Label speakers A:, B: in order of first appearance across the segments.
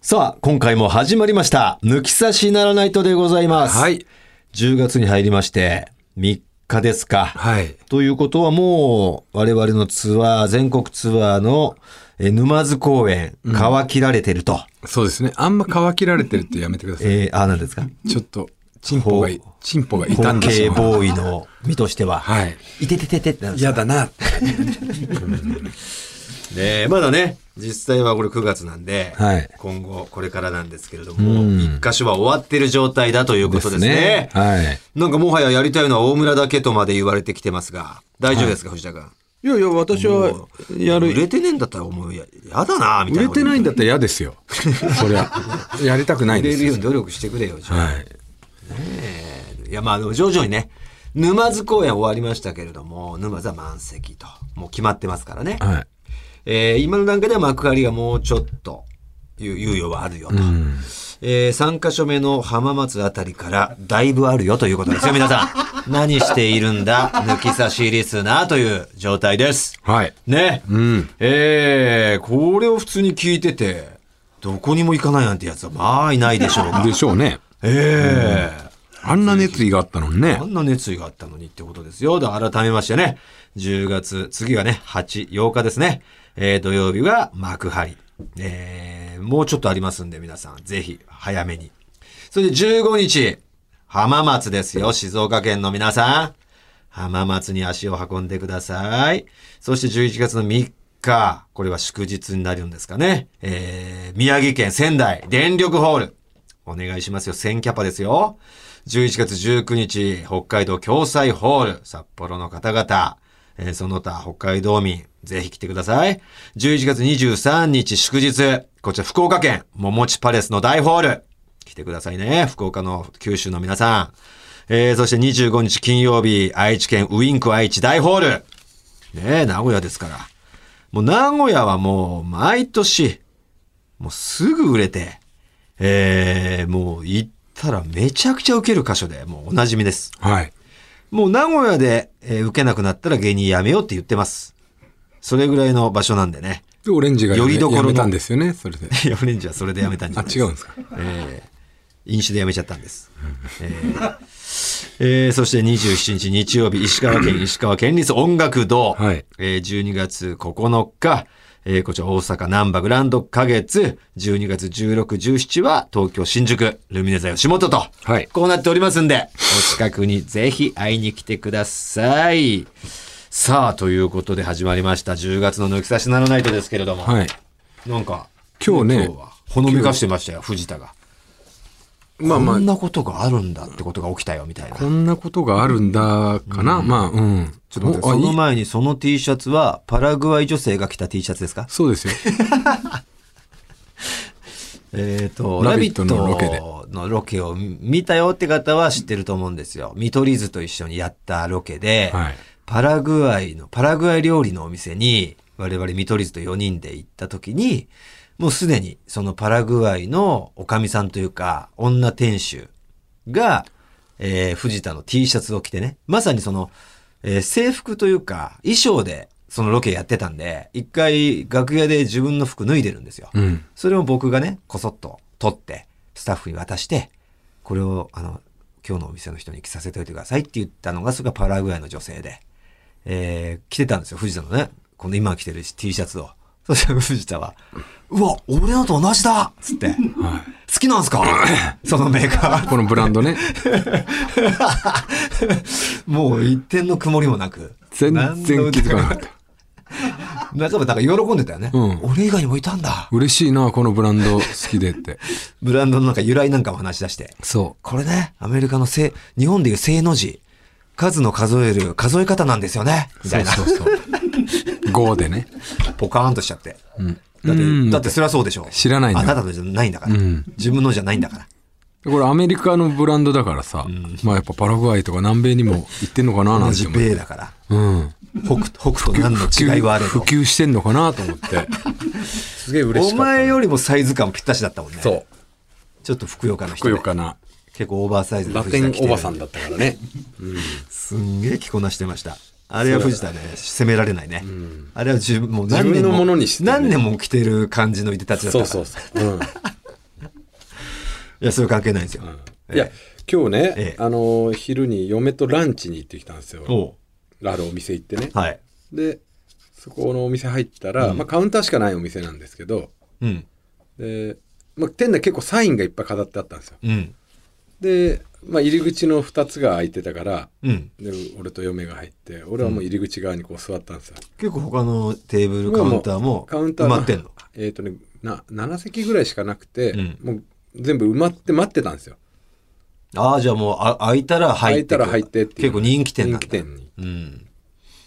A: さあ、今回も始まりました。抜き差しならないとでございます。
B: はい。
A: 10月に入りまして、3日ですか。
B: はい。
A: ということはもう、我々のツアー、全国ツアーの、えー沼津公演、皮切られてると。
B: そうですね。あんま乾きられてるってやめてください。
A: えー、あ、なんですか
B: ちょっと、チンポがい
A: ほ、
B: チンポが痛
A: 後
B: んでし
A: 継
B: まう
A: ボーイの身としては。
B: はい。
A: いててててってなんです
B: 嫌だな。
C: ねえ、まだね、実際はこれ9月なんで、
A: はい
C: 今後これからなんですけれども、一箇所は終わってる状態だということですね。
A: はい。
C: なんかもはややりたいのは大村だけとまで言われてきてますが、大丈夫ですか、藤田君。
B: いやいや、私はや
C: 売
B: る。
C: れてねえんだったら思うや、やだな、みたい
B: 売れ
C: な。
B: てないんだったら嫌ですよ。そりゃ。やりたくない
C: 売
B: で
C: れ
B: す
C: るよう
B: よ。
C: に努力してくれよ、じゃあ
B: はい。
C: いや、まあ、でも徐々にね、沼津公演終わりましたけれども、沼津は満席と、もう決まってますからね。
A: はい。
C: えー今の段階では幕張がもうちょっという猶予はあるよと、え3か所目の浜松あたりからだいぶあるよということですよ皆さん 何しているんだ抜き差しリスナーという状態です
B: はい。
C: ね、
B: うん。
C: えーこれを普通に聞いててどこにも行かないなんてやつはまあいないでしょうが
B: でしょうね。
C: ええ
B: あんな熱意があったのにね
C: あ。んな熱意があったのにってことですよ。だから改めましてね、10月、次がね、8、8日ですね。えー土曜日が幕張。えーもうちょっとありますんで、皆さん、ぜひ、早めに。それで15日、浜松ですよ、静岡県の皆さん。浜松に足を運んでください。そして11月の3日、これは祝日になるんですかね。えー宮城県仙台電力ホール。お願いしますよ。1000キャパですよ。11月19日、北海道共済ホール、札幌の方々、えーその他北海道民、ぜひ来てください。11月23日祝日、こちら福岡県、桃地パレスの大ホール、来てくださいね。福岡の九州の皆さん。えーそして25日金曜日、愛知県ウインク愛知大ホール。ねえ、名古屋ですから。もう名古屋はもう毎年、もうすぐ売れて、えー、もう行ったらめちゃくちゃ受ける箇所で、もうおなじみです。
B: はい。
C: もう名古屋で、えー受けなくなったら芸人やめようって言ってます。それぐらいの場所なんでね。
B: で、オレンジがや
C: より
B: め
C: どころ
B: や
C: の
B: めたんですよね、それで。
C: いや、オレンジはそれでやめたんじ
B: あ
C: ゃ、ない
B: 違うんですか。
C: えー飲酒でやめちゃったんです。えーえーそして27日日曜日、石川県 石川県立音楽堂。
B: はい
C: えー12月9日、えーこちら大阪南波グランド花月。12月16、17は東京新宿、ルミネ座吉本と。
B: はい
C: こうなっておりますんで、お近くにぜひ会いに来てください。さあ、ということで始まりました。10月の抜き差しならないとですけれども。
B: はい。
C: なんか、
B: 今日ね
C: 今日はほのめかしてましたよ、藤田が。
B: まあま
C: こ
B: あ
C: ん、なことがあるんだってことが起きたよみたいな。ち
B: こんなことがあるんだかな。まあ、うん。
C: ょっと待って
B: おあ
C: その
B: いい
C: 前にその T シャツはパラグアイ女性が着た T シャツですか
B: そうです よ。
C: えっ、と、ラ
B: ラ
C: ビ
B: ビ
C: ッ
B: ッ
C: ト
B: ト
C: の
B: の
C: ロ
B: ロ
C: ケ
B: ケ
C: で
B: で。
C: のロケを見たよって方は知ってると思うんですよ。見取り図と一緒にやったロケで、
B: はい
C: パラグアイの、パラグアイ料理のお店に、我々見取り図と4人で行った時に、もうすでにそのパラグアイのおかみさんというか、女店主が、えー藤田の T シャツを着てね、まさにその、えー制服というか、衣装でそのロケやってたんで、一回楽屋で自分の服脱いでるんですよ。
B: うん。
C: それを僕がね、こそっと取って、スタッフに渡して、これを、あの、今日のお店の人に着させておいてくださいって言ったのが、それがパラグアイの女性で、えー、着てたんですよ、藤田のね、この今着てる T シャツを。そしたら藤田は、うわ、俺のと同じだっつって、好きなんすかそのメーカー。
B: このブランドね。
C: もう一点の曇りもなく。
B: 全然気づかなかった。
C: た。中村なんか喜んでたよね。
B: うん
C: 俺以外にもいたんだ。
B: 嬉しいな、このブランド好きでって。
C: ブランドのなんか由来なんかも話し出して。
B: そ
C: これね、アメリカの正、日本でいう正の字。数の数える数え方なんですよね。みたいな。
B: そうそうそう。5でね。
C: ポカーンとしちゃって。だ
B: う
C: って、
B: ん
C: だってそりゃそうでしょ。
B: 知らないんだ
C: あ
B: よ
C: なたのじゃないんだから。自分のじゃないんだから。
B: これアメリカのブランドだからさ、まあやっぱパラグアイとか南米にも行ってんのかな
C: 同
B: なんて
C: じ
B: 思って。
C: 米だから。
B: うん。
C: 北、北と何の違いはあれ
B: 普
C: ど。
B: 及してんのかなと思って。 すげえ嬉
C: お
B: しかった。
C: 前よりもサイズ感ぴったしだったもんね。
B: そう。
C: ちょっとふくよかな人
B: ふく
C: で。
B: よかな。
C: 結構オーバーサイズで
B: ラ
C: 藤
B: テ
C: 田
B: ン
C: 着てる
B: おばさんだったからね。
C: すんげえ着こなしてました。あれは藤田ね、責められないね。あれは自分、もう何
B: 自
C: 年
B: 分
C: も
B: のものにしてね
C: 何年も着てる感じのいでたちだったか
B: そ
C: ら。
B: うそうそう。うん。
C: いや、それ関係ないんですよ。
B: いや今日ね、
C: ええ
B: あのー昼に嫁とランチに行ってきたんですよ
C: おう
B: あるお店行ってね
C: はい。
B: でそこのお店入ったら、まあ、カウンターしかないお店なんですけど
C: うん。
B: で、まあ、店内結構サインがいっぱい飾ってあったんですよ
C: うん。
B: で、まあ、入り口の2つが開いてたから
C: うん。
B: で俺と嫁が入って俺はもう入り口側にこう座ったんですよ、
C: 結構他のテーブル、カウンターも
B: カウンタ
C: 埋
B: ーが
C: まってんの。
B: えっ、とねな7席ぐらいしかなくて、
C: うん
B: もう全部埋まって待ってたんですよ
C: ああ、じゃあもう、あ空いたら入ってく。
B: 空いたら入ってっていう
C: 結構人気店なんだ。
B: 人気店に
C: うん。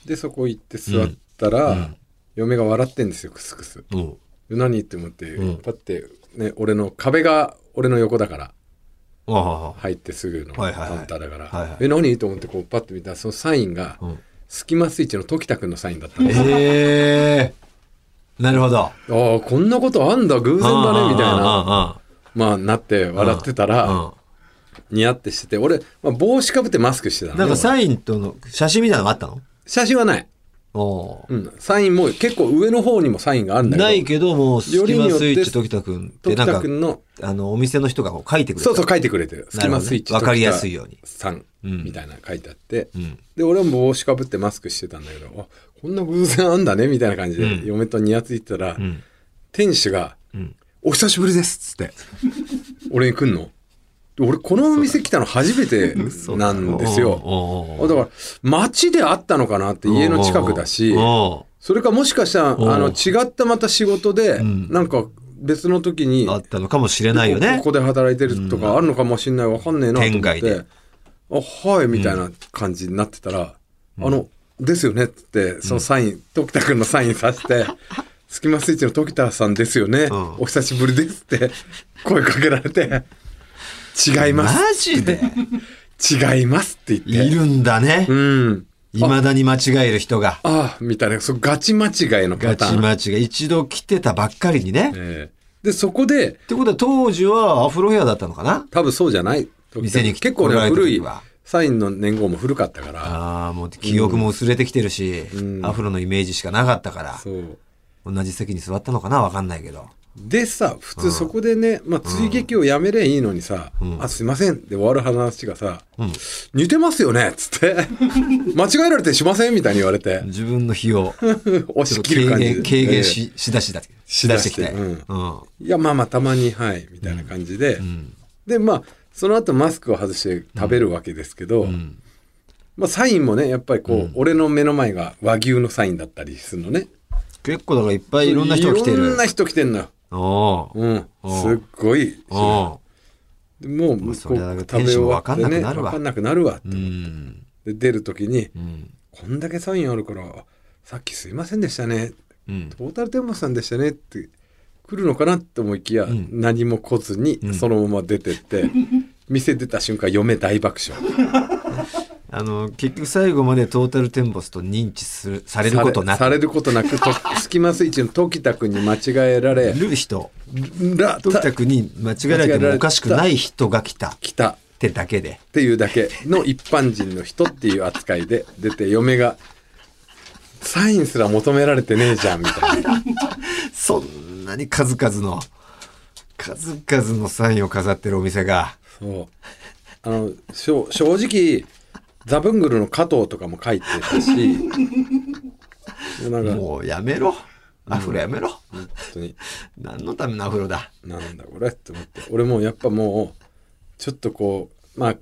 B: でそこ行って座ったら、嫁が笑ってんですよクスクス
C: おう
B: 何って思って、
C: うん
B: だってね俺の壁が俺の横だから
C: ああああ、
B: 入ってすぐのカウ
C: はい
B: ン
C: はいはい
B: ターだから「
C: はいはい
B: え何?」と思ってこうパッと見たらそのサインが、
C: うん
B: スキマスイッチの時田くんのサインだったんですよ
C: ええなるほど。
B: ああこんなことあんだ偶然だねみたい
C: ああ
B: な
C: ああああ
B: まあなって笑ってたら、ニヤってしてて俺、まあ、帽子かぶってマスクしてた
C: う
B: の
C: んなんか
B: イン
C: サインとの写真みたいなのがあったの
B: 写真はない、
C: おう
B: うん、サインも結構上の方にもサインがあるんだけど
C: ないけどもうスキマスイッチ
B: よ
C: 時田君って
B: 時
C: なん
B: 田
C: か
B: くんの
C: あのお店の人がこう書いてくれた
B: そうそう書いてくれてる「ス
C: な
B: キ
C: るほどね
B: マスイッチ
C: わかりやすいように
B: さん」
C: うん
B: みたいなの書いてあって、
C: ん
B: で俺も帽子かぶってマスクしてたんだけどあこんな偶然あんだねみたいな感じで、
C: うん
B: 嫁とニヤついてたら、
C: ん
B: 店主が、お久しぶりです」っつって俺に来んので俺このお店来たの初めてなんですよ。
C: おうおう
B: あだから街で会ったのかなって家の近くだし
C: お
B: それかもしかしたらあ
C: おう
B: の違ったまた仕事で
C: ん
B: なんか別の時に
C: うあったのかもしれないよね
B: ここで働いてるとかあるのかもしれないわかんねえなと思
C: 天
B: っ
C: 外
B: て
C: で
B: 「あはい」みたいな感じになってたら「あのですよね」って言ってそのサイン時田君のサイン さして「スキマスイッチの時田さんですよね
C: ん
B: お久しぶりです」って声かけられて「違いま
C: マ
B: す
C: ジで
B: 違います」って
C: い
B: 言って
C: るんだね
B: うん
C: いまだに間違える人が
B: ああみたいなそうガチ間違いのパ
C: ガ
B: タ
C: チ
B: ーン
C: 間違い一度来てたばっかりにねっ
B: ええでそこで
C: てことは当時はアフロヘアだったのかな
B: 多分そうじゃない
C: 店に来
B: 結構
C: 来られ
B: ね
C: た時
B: 古い
C: は
B: サインの年号も古かったから
C: ああもう記憶も薄れてきてるし、
B: うん
C: アフロのイメージしかなかったから
B: そう
C: 同じ席に座ったのかなわかんないけど
B: でさ普通そこでね、まあ、追撃をやめりゃいいのにさ「あすいません」で終わる話がさ「似てますよね」っつって 「間違えられてしません」みたいに言われて
C: 自分の費 用
B: 押し切
C: 軽
B: る感じで
C: 減軽減し,、しだしだしだしてきて、
B: うん
C: うん
B: いやまあまあたまにはいみたいな感じで、でまあその後マスクを外して食べるわけですけど、まあ、サインもねやっぱりこう、俺の目の前が和牛のサインだったりするのね
C: 結構だからいっぱいいろんな人が来て
B: いろ
C: る
B: んな人来てんのよ、
C: おう
B: うん、すっ
C: お
B: ごい
C: お
B: でも
C: ま
B: うこ
C: あ
B: う
C: それは
B: 食べ終わって
C: テンションわかんな
B: ね
C: く
B: わ
C: なるわ
B: かんなくなるわって
C: ううん
B: で出る時に
C: うん
B: こんだけサインあるからあさっきすいませんでしたね
C: うん
B: トータルテンボスさんでしたねって来るのかなって思いきや、
C: ん
B: 何も来ずにそのまま出てって、 店出た瞬間嫁大爆笑
C: あの結局最後までトータルテンボスと認知するされることな
B: されさ
C: く
B: れることなくと「スキマスイッチ」の時田君に間違えられ
C: る人
B: ら
C: とにかくに間違えられてもおかしくない人が来たっ
B: 来た
C: てだけで
B: っていうだけの一般人の人っていう扱いで出て嫁が「サインすら求められてねえじゃん」みたいな
C: そんなに数々の数々のサインを飾ってるお店が
B: そうあのしょ正直ザブングルの加藤とかも書いてたしなんか本
C: もうやめろアフロやめろ、
B: 当に
C: 何のためのアフロだ
B: なんだこれって思って俺もうやっぱもうちょっとこうまあ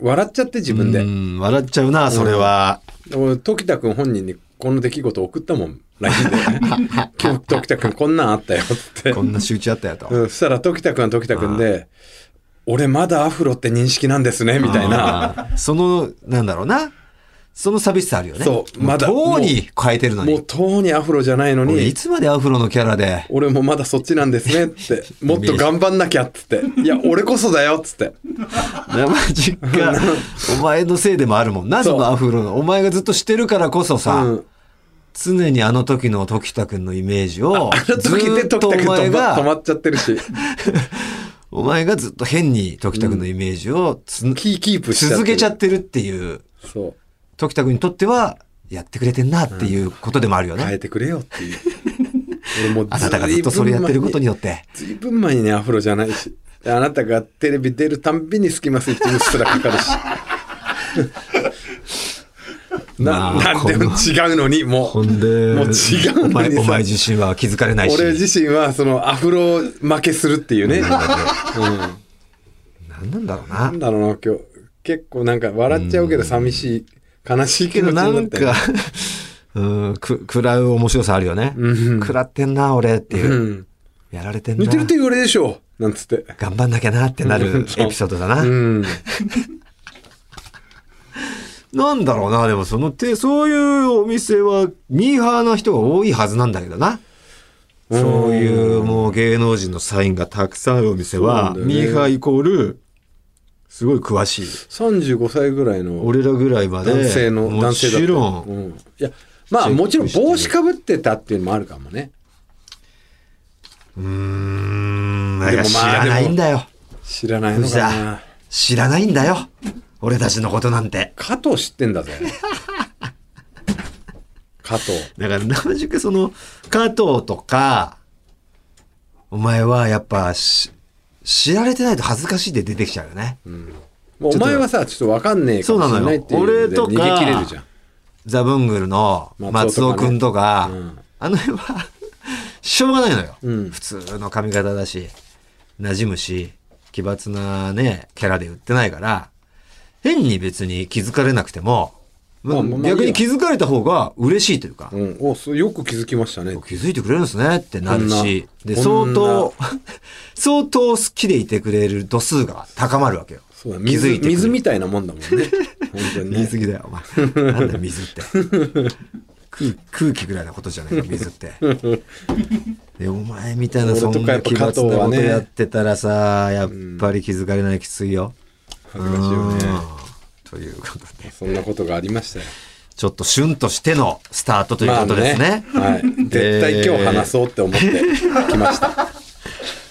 B: 笑っちゃって自分
C: う
B: で
C: ん笑っちゃうなそれは、
B: で俺時田君本人にこの出来事送ったもん LINE で「今日時田君こんなんあったよ」って
C: こんな仕打ちあったよと、
B: うん、そしたら時田君は時田君で「俺まだアフロって認識なんですね」みたいな
C: あーそのなんだろうなその寂しさあるよね
B: そう
C: ま
B: ま
C: だ
B: だ
C: とうに変えてるの
B: もう
C: に
B: とうにアフロじゃないの
C: 俺い
B: に
C: つまでアフロのキャラで
B: 俺もまだそっちなんですねってもっと頑張んなきゃっつって「いや俺こそだよ」っつって
C: 生実家 お前のせいでもあるもんな
B: そう
C: そのアフロのお前がずっとしてるからこそさ、
B: うん
C: 常にあの時の時田君のイメージを
B: あの時
C: ず
B: で
C: っ
B: 時
C: とお
B: 田君
C: 前
B: 止ま止
C: が
B: まっちゃってる し
C: お前がずっと変に時田君のイメージをつ、
B: キーキープしちゃってる
C: 続けちゃってるっていう
B: そう
C: 時田君にとってはやってくれてんなっていうことでもあるよね、
B: 変えてくれよっていう俺もう
C: あなたがずっとそれやってることによって
B: ずいぶん前にねアフロじゃないしあなたがテレビ出るたんびにスキマスイッチにすらかかる し。な
C: まあ
B: なんでも違うのにも
C: ほ
B: う。
C: んで、
B: もう違う
C: お
B: の
C: 前
B: に
C: お前
B: さ。
C: 自身は気づかれないし。
B: 俺自身はそのアフロ負けするっていうね。うん
C: 何なんだろう
B: な
C: な。
B: んだろうな、今日。結構なんか笑っちゃうけど寂しい、悲しい
C: け
B: 気持ち
C: どな
B: になっ
C: ん
B: て。
C: か、 うん、く、食らう面白さあるよね。
B: うん
C: 食らってんな、俺っていうう。
B: ん。
C: やられてんな
B: 似。てるって言われでしょなんつって。
C: 頑張んなきゃなってなるエピソードだな。
B: うん。
C: なんだろうな、でもそのて、そういうお店はミーハーな人が多いはずなんだけどな。
B: うん
C: そういうもう芸能人のサインがたくさんあるお店は、
B: そうなんだ
C: ミ
B: よね
C: ーハーイコール、すごい詳しい。
B: 35歳ぐらいの。
C: 俺らぐらいまで。
B: 男性の
C: も
B: 男性だっ
C: ち
B: た
C: ろん
B: う、ん、いやまあもちろん帽子かぶってたっていうのもあるかもね
C: うーん、なん
B: で
C: か
B: も
C: 知
B: まあ
C: らないんだよ。
B: 知らないの
C: 藤
B: か
C: 田
B: な。
C: 知らないんだよ。俺たちのことなんて。
B: 加藤知って んだぜ加藤
C: だから、同じくその、加藤とか、お前はやっぱし、知られてないと恥ずかしいで出てきちゃうよね。
B: もうお前はさちょっとわかんねえかもしれないっていうので
C: そうなのよ俺とか
B: 逃げ切れるじゃん
C: ザブングルの松
B: 松
C: 尾
B: 尾とかね
C: くんとか、
B: うん
C: あの辺は、 しょうがないのよ。
B: うん
C: 普通の髪型だし、馴染むし、奇抜なね、キャラで売ってないから、変に別に気づかれなくても、
B: まあまあまあ
C: 逆に気づかれた方が嬉しいというか、
B: うん、おそうよく気づきましたね
C: 気づいてくれるんですねってなるし、
B: こんな
C: で、
B: こ
C: 相
B: んな
C: 当、 相当好きでいてくれる度数が高まるわけよ。
B: そうだ
C: 気づ
B: 水
C: いてくれる
B: 水みたいなもんだも んね本当にね
C: 水着だよ、 お前。なんだ水って。空空気ぐらいのことじゃない か、水って。で、お前みたいな
B: 俺
C: そ
B: とか
C: んな
B: やっぱ
C: 奇抜な
B: 加藤は
C: こと
B: ね
C: やってたらさ、やっぱり気づかれないきついよ。
B: 恥ずかしいよね
C: うんということで、
B: そんなことがありましたよ
C: ちょっと旬としてのスタートということですね。
B: まあはい、絶対今日話そうって思って来ました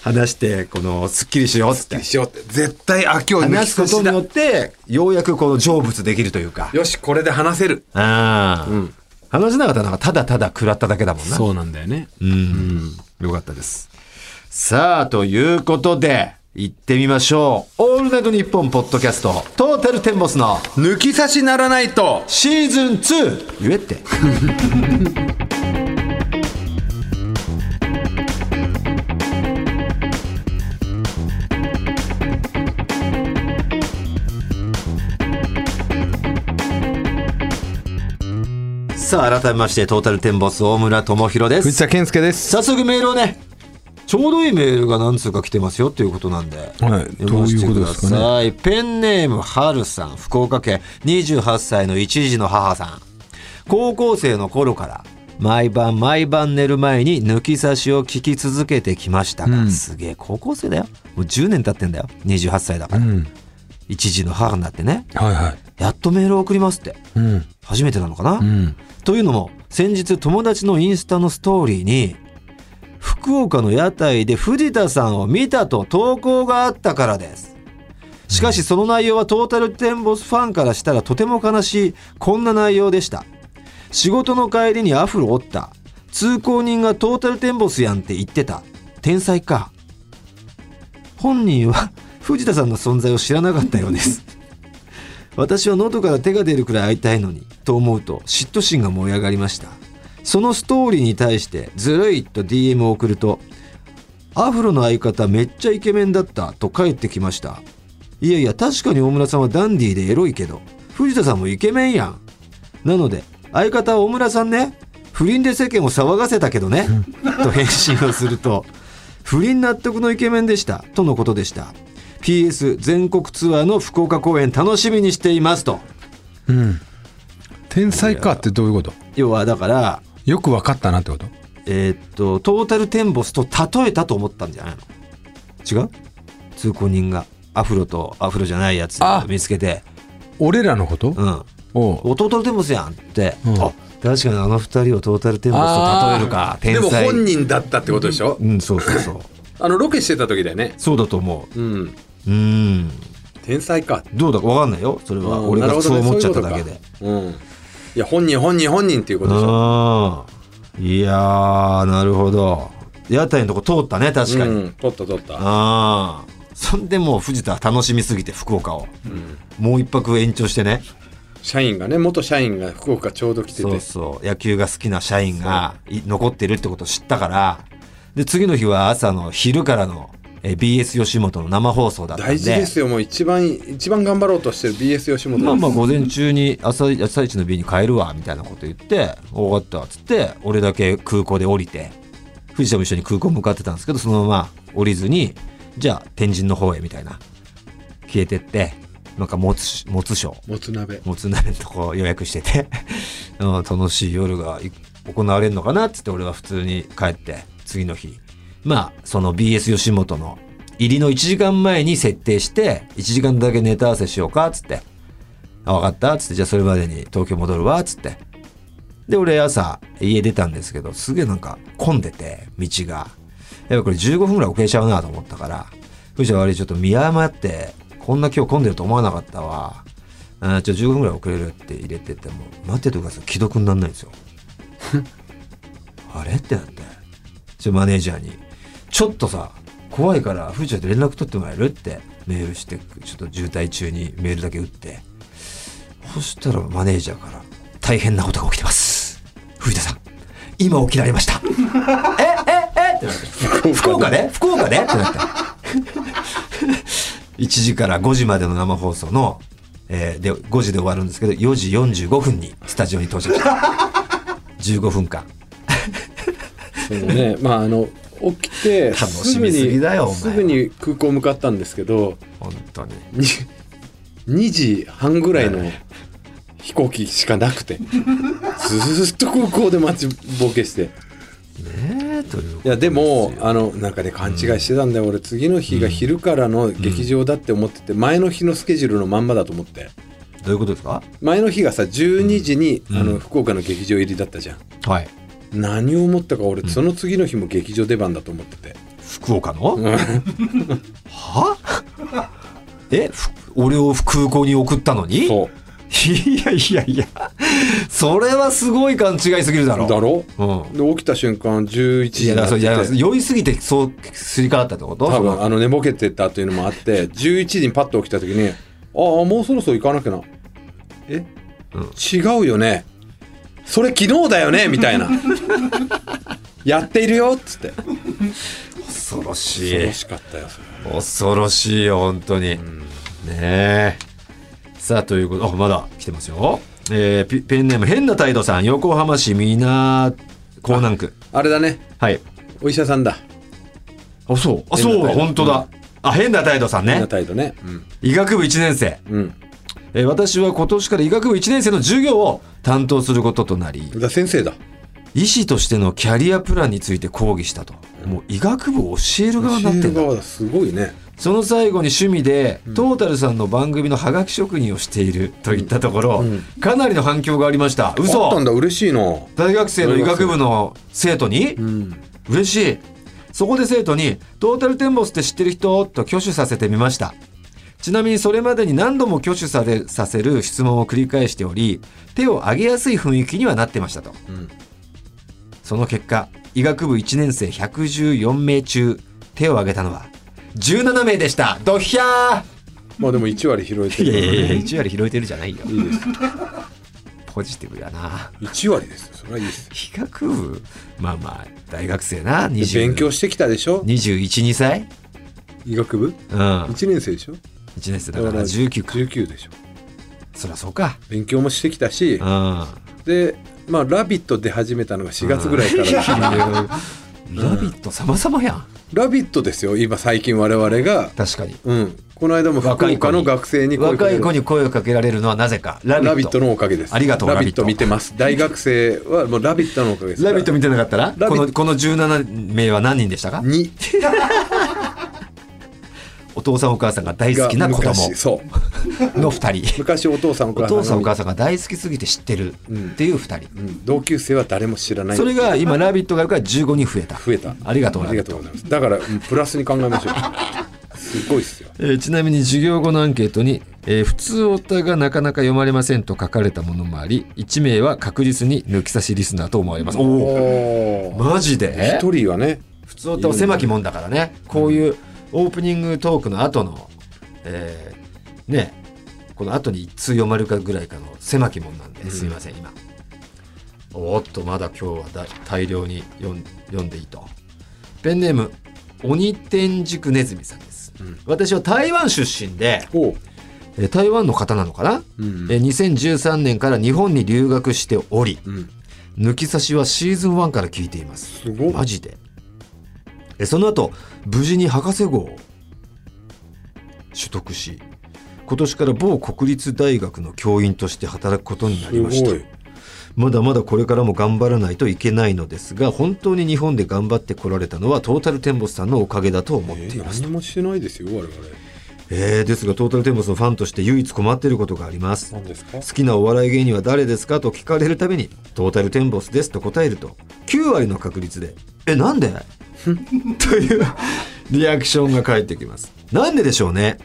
C: 話して、この、すっきりしようっつって。
B: しよ うって絶対あ今日抜
C: 話
B: き
C: すこ
B: 差
C: と
B: し
C: に
B: だ
C: よって、ようやくこの成仏できるというか。
B: よしこれで話せる
C: うん
B: うん
C: 話せなかったらなんかただただ食らっただけだもんな。
B: うなんだよね
C: うん。よかったです。さあ、ということで、行ってみましょう。オールナイトニッポンポッドキャスト、トータルテンボスの
B: 抜き差しならないと
C: シーズン 2! 言えって。さあ、改めまして、トータルテンボス大村智広です。
B: 藤田健介です
C: 早速メールをねちょうどいいメールが何通か来てますよということなんで、
B: はい
C: 読ませて
B: どういうこと
C: く
B: で
C: だ
B: すかね
C: さいペンネームはるさん福岡県28歳の一児の母さん高校生の頃から毎晩毎晩寝る前に抜き差しを聞き続けてきましたが、すげえ高校生だよもう10年経ってんだよ28歳だから、
B: ん
C: 一児の母になってね
B: はいはい
C: やっとメールを送りますって
B: うん
C: 初めてなのかな、
B: うん
C: というのも先日友達のインスタのストーリーに福岡の屋台で藤田さんを見たと投稿があったからですしかしその内容はトータルテンボスファンからしたらとても悲しいこんな内容でした仕事の帰りにアフロ折った通行人がトータルテンボスやんって言ってた天才か本人は藤田さんの存在を知らなかったようです私は喉から手が出るくらい会いたいのにと思うと嫉妬心が燃え上がりましたそのストーリーに対してずるいと DM を送るとアフロの相方めっちゃイケメンだったと返ってきましたいやいや確かに大村さんはダンディーでエロいけど藤田さんもイケメンやんなので相方は大村さんね不倫で世間を騒がせたけどねと返信をすると不倫納得のイケメンでしたとのことでした PS 全国ツアーの福岡公演楽しみにしていますと
B: うん天才かってどういうこと
C: 要はだから
B: よく分かったなってこと
C: えーっとトータルテンボスと例えたと思ったんじゃないの違う通行人がアフロとアフロじゃないやつ
B: あ
C: 見つけて
B: 俺らのこと
C: うん
B: おう
C: おトータルテンボスやんって、
B: うん
C: あ確かにあの二人をトータルテンボスと例えるか天
B: でも
C: 才
B: 本人だったってことでしょ、
C: うんそうそうそう
B: あのロケしてた時だよね
C: そうだと思
B: うん
C: ううん
B: 天才か
C: どうだか分かんないよそれは
B: ん
C: 俺
B: な
C: が
B: るほど
C: そう
B: ね
C: 思っちゃった
B: そ
C: だ
B: うい
C: け
B: うこ
C: で
B: とかうんいや本人本人本人っていうことでしょ
C: うんいやーなるほど屋台のとこ通ったね確かに、
B: うん、取った取った
C: ああそんでもう藤田は楽しみすぎて福岡を、もう一泊延長してね
B: 社員がね元社員が福岡ちょうど来て
C: そう
B: て
C: そう野球が好きな社員がい残ってるってことを知ったからで次の日は朝の昼からのえー BS 吉本の生放送だったんで
B: 大事ですよもう一番一番頑張ろうとしてる BS 吉本
C: まあまあ午前中に朝朝一の便に帰るわみたいなこと言って「お分かった」っつって俺だけ空港で降りて藤田も一緒に空港向かってたんですけどそのまま降りずにじゃあ天神の方へみたいな消えてってなんかもつもつ賞
B: もつ鍋
C: もつ鍋のとこ予約してて うん楽しい夜がい行われるのかなっつって俺は普通に帰って次の日まあその BS 吉本の入りの1時間前に設定して1時間だけネタ合わせしようかっつって「あ分かった」っつって「じゃあそれまでに東京戻るわ」っつってで俺朝家出たんですけどすげえなんか混んでて道がやっぱこれ15分ぐらい遅れちゃうなと思ったから藤田悪いちょっと見誤ってこんな今日混んでると思わなかったわあーちょ15分ぐらい遅れるって入れてても待っててください既読にならないんですよあれってなってちょマネージャーに「ちょっとさ怖いから藤田と連絡取ってもらえる?」ってメールしてちょっと渋滞中にメールだけ打ってそしたらマネージャーから「大変なことが起きてます藤田さん今起きられました」 えええってなって 福岡で福岡でってなって1時から5時までの生放送の、えーで5時で終わるんですけど4時45分にスタジオに到着した 15分間
B: そのねまああの起きて
C: 楽しみすぎだよ
B: す
C: お前
B: ぐにすぐに空港向かったんですけど
C: 本当に
B: に 2時半ぐらいの飛行機しかなくてずーっと空港で待ちぼけして
C: ねえという
B: いやでもあのなんかね勘違いしてたんだよ、俺次の日が昼からの劇場だって思ってて、前の日のスケジュールのまんまだと思って
C: どういうことですか
B: 前の日がさ12時に、
C: うん
B: あの福岡の劇場入りだったじゃん
C: はい
B: 何を思ったか俺その次の日も劇場出番だと思ってて、
C: 福岡の、は えふ俺を空港に送ったのに
B: そう
C: いやいやいやそれはすごい勘違いすぎるだろ
B: だろ
C: うん
B: で起きた瞬間11
C: い
B: 時
C: や
B: にな
C: だ
B: って
C: から
B: て
C: いや酔いすぎてそうすり替わったってこと
B: 多
C: そ
B: 分
C: の
B: あの寝ぼけてたというのもあ って11時にパッと起きた時にああもうそろそろ行かなきゃなえ、
C: うん
B: 違うよねそれ昨日だよねみ たいなやっているよっつって
C: 恐ろしい
B: 楽しかったよそれ
C: 恐ろしいよ本当に、ねえさあということあまだ来てますよ、えーピペンネーム変な態度さん横浜市南港南区
B: あれだね
C: はい
B: お医者さんだ
C: あそうあ
B: 変な
C: そ
B: 態
C: う
B: 度
C: 本当だ、あ変な態度さん
B: 変な
C: ね
B: 態度ね
C: 医学部1年生、
B: うん、うん、
C: えー私は今年から医学部1年生の授業を担当することとなり
B: だから先生だ
C: 医師としてのキャリアプランについて講義したともう医学部を教える側になって
B: 教え
C: ん
B: る
C: だ
B: 側だすごいね
C: その最後に趣味で、トータルさんの番組のハガキ職人をしているといったところ、
B: うん
C: かなりの反響がありました
B: あったん
C: 嘘
B: だ嬉しいな
C: 大学生の医学部の生徒に、
B: うん
C: 嬉しいそこで生徒に「トータルテンボスって知ってる人?」と挙手させてみましたちなみにそれまでに何度も挙手されさせる質問を繰り返しており手を挙げやすい雰囲気にはなってましたと
B: うん
C: その結果医学部1年生114名中手を挙げたのは17名でしたドッヒャ
B: まあでも1割拾えて
C: ーい
B: る
C: や
B: か
C: い
B: らね
C: やいや1割拾えてるじゃないよ
B: いいです
C: ポジティブやな
B: 1割ですよそれはいいです
C: 医学部まあまあ大学生な
B: で
C: 20
B: 勉強してきたでしょ
C: 212歳
B: 医学部
C: うん1
B: 1年生でしょ
C: 年生だから19か
B: 19でしょ
C: そりゃそうか
B: 勉強もしてきたし
C: うん
B: でまあ「ラビット!」出始めたのが4月ぐらいからです
C: 「ラビット!」様々やん
B: ラビット!」ですよ今最近我々が
C: 確かに
B: うんこの間も福
C: 若い子
B: 岡
C: に
B: の学生に声か
C: 若
B: け
C: い
B: る
C: 子に声をかけられるのはなぜか「ラビット!」
B: ラビット!」のおかげです
C: ありがとう
B: ラ
C: ラビ
B: ビ
C: ッ
B: ッ
C: ト
B: ト見てます大学生はもう「ラビット!」のおかげです
C: ラビット見てなかったら
B: ラ
C: こ
B: ビット
C: のこの17名は何人でしたか
B: に
C: お父さんお母さんが大好きな子供
B: 昔そう
C: の2人
B: 昔お父さんお
C: お
B: 母さん
C: 父さんお母
B: さ
C: さんが大好きすぎて知ってるっていう2人、
B: ん、うん同級生は誰も知らない
C: それが今「ラビット!」があるから15人増えた
B: 増えた
C: ありがとう
B: ありがとうございますだからうんプラスに考えまし ょうすごいっすよ
C: えーちなみに授業後のアンケートに、えー普通オタがなかなか読まれませんと書かれたものもあり1名は確実に抜き差しリスナーと思われますお
B: おー
C: マジで
B: 一人はね
C: 普通オタは狭きもんだからねこういうオープニングトークの後の、えーね、この後に一通読まれるかぐらいかの狭き門なんで、すいません、今。おっと、まだ今日はだ大量に読ん読んでいいと。ペンネーム、鬼天竺ネズミさんです。
B: うん
C: 私は台湾出身で、
B: おう
C: えー台湾の方なのかな、
B: うん
C: えー2013年から日本に留学しており、
B: うん
C: 抜き差しはシーズン1から聞いています。
B: すごい
C: マジで。えその後、無事に博士号を取得し、今年から某国立大学の教員として働くことになり
B: す
C: ました
B: ご。い
C: まだまだこれからも頑張らないといけないのですが、本当に日本で頑張ってこられたのはトータルテンボスさんのおかげだと思ってい
B: え
C: ます。
B: 何もしてないですよ我々
C: えーですが、トータルテンボスのファンとして唯一困っていることがあります。
B: 何ですか
C: 好きなお笑い芸人は誰ですかと聞かれるたびに、トータルテンボスですと答えると、9割の確率で、え、なん でというリアクションが返ってきます。なんででしょうね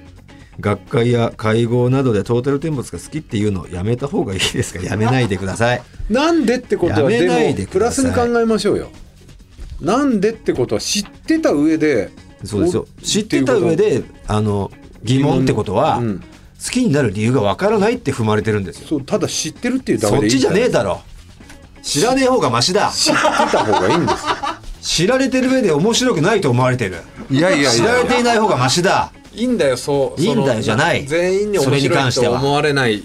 C: 学会や会合などでトータルテンボスが好きっていうのをやめた方がいいですかやめないでくださ い。
B: なんでってこと
C: や
B: は
C: めないで
B: でもプ
C: くだ
B: ラ
C: さ
B: ス
C: い
B: に考えましょうよなんでってことは知ってた上で
C: そうですよ
B: お
C: 知ってた上
B: いう
C: であの疑問ってことは、
B: うん
C: 好きになる理由がわからないって踏まれてるんですよ
B: そうただ知ってるっていうだけ
C: そ
B: で
C: っ
B: いい
C: ちじゃねえ
B: だ
C: だろ知らねえ方がマシだ
B: 知ってた方がいいんですよ
C: 知られてる上で面白くないと思われてる
B: いやい
C: 知られていない方がマシだ
B: いいんだよそう
C: いいんだよ
B: その
C: じゃない
B: 全員に
C: そ
B: 面
C: れに
B: 白
C: 関
B: い
C: しては
B: と思われない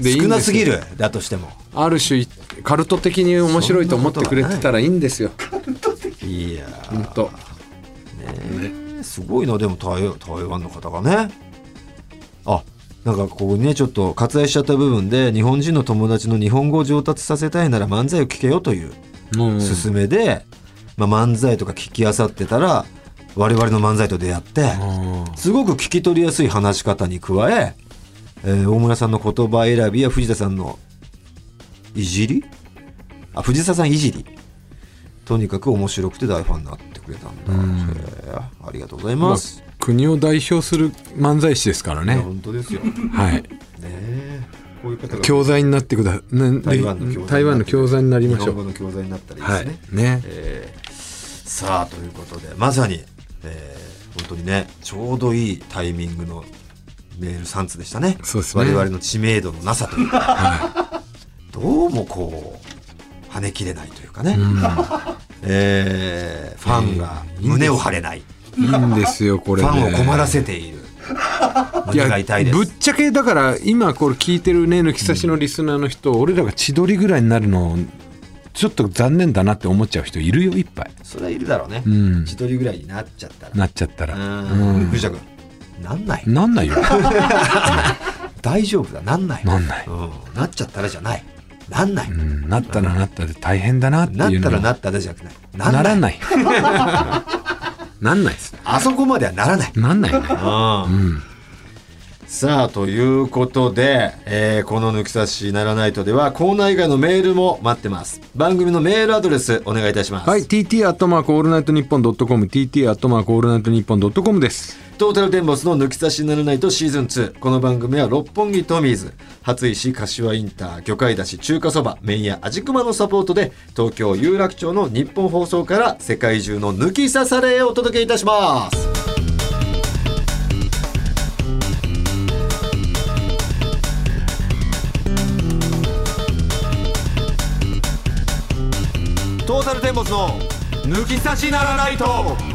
B: でいいんですよ
C: 少なすぎるだとしても
B: ある種カルト的に面白いと思ってくれてたらいいんですよ
C: いやー
B: 本当
C: すごいなでも台台湾の方がねあなんかここにねちょっと割愛しちゃった部分で日本人の友達の日本語を上達させたいなら漫才を聞けよという
B: もう
C: 勧めで、まあ、漫才とか聞きあさってたら我々の漫才と出会ってすごく聞き取りやすい話し方に加ええー大村さんの言葉選びや藤田さんのいじりあ藤田さんいじりとにかく面白くて大ファンになってくれたんだ、へーありがとうござい
D: ま
C: ま
D: あ
C: す、、
D: 国を代表する漫才師ですから
C: いや
D: ね。
C: 本当ですよ
D: はい。
C: こういう方が
D: 教材になってくだ、ね、
C: 台湾の教材になって
D: で台湾の教材になりまし
C: 日
D: ょ
C: 本語
D: う。
C: の教材になったらいいで
D: は
C: すね、
D: い。ね。
C: さあということでまさに、えー本当にねちょうどいいタイミングのメール3通でしたね
D: そうですね
C: 我々の知名度のなさとい うか、どうもこう跳ね切れないというかね、えーファンが胸を張れない、
D: いいんですよ、これ、
C: フ
D: ね。
C: ァンを困らせている
D: い
C: 胸
D: や
C: が痛いです
D: ぶっちゃけだから今これ聞いてるね抜き差しのリスナーの人、俺らが千鳥ぐらいになるのちょっと残念だなって思っちゃう人いるよいっぱい
C: それはいるだろうね、
D: うん
C: 一人ぐらいになっちゃったら
D: なっちゃったら
C: うん藤田君なんない
D: なんないよ
C: 大丈夫だなんない
D: なんない
C: うん、なっちゃったらじゃないなんない、
D: うんなったらなったで大変だなって
C: なっ
D: いう
C: た
D: の
C: ら
D: は
C: なったらじゃなくない
D: なら
C: い
D: ない なんないです
C: あそこまではならない、
D: なんないねん
C: さあということで、えーこの「抜き差しならないと」ではコーナー以外のメールも待ってます番組のメールアドレスお願いいたします、
D: はい、TT アットマークオールナイトニッポンドットコム、TT アットマークオールナイトニッポンドットコムです。
C: トータルテンボスの抜き差しならないとシーズン2。この番組は六本木トミーズ、初石、柏インター、魚介だし、中華そば、麺屋、味熊のサポートで、東京有楽町の日本放送から世界中の抜き差されをお届けいたします。トータルテンボスの抜き差しならないと。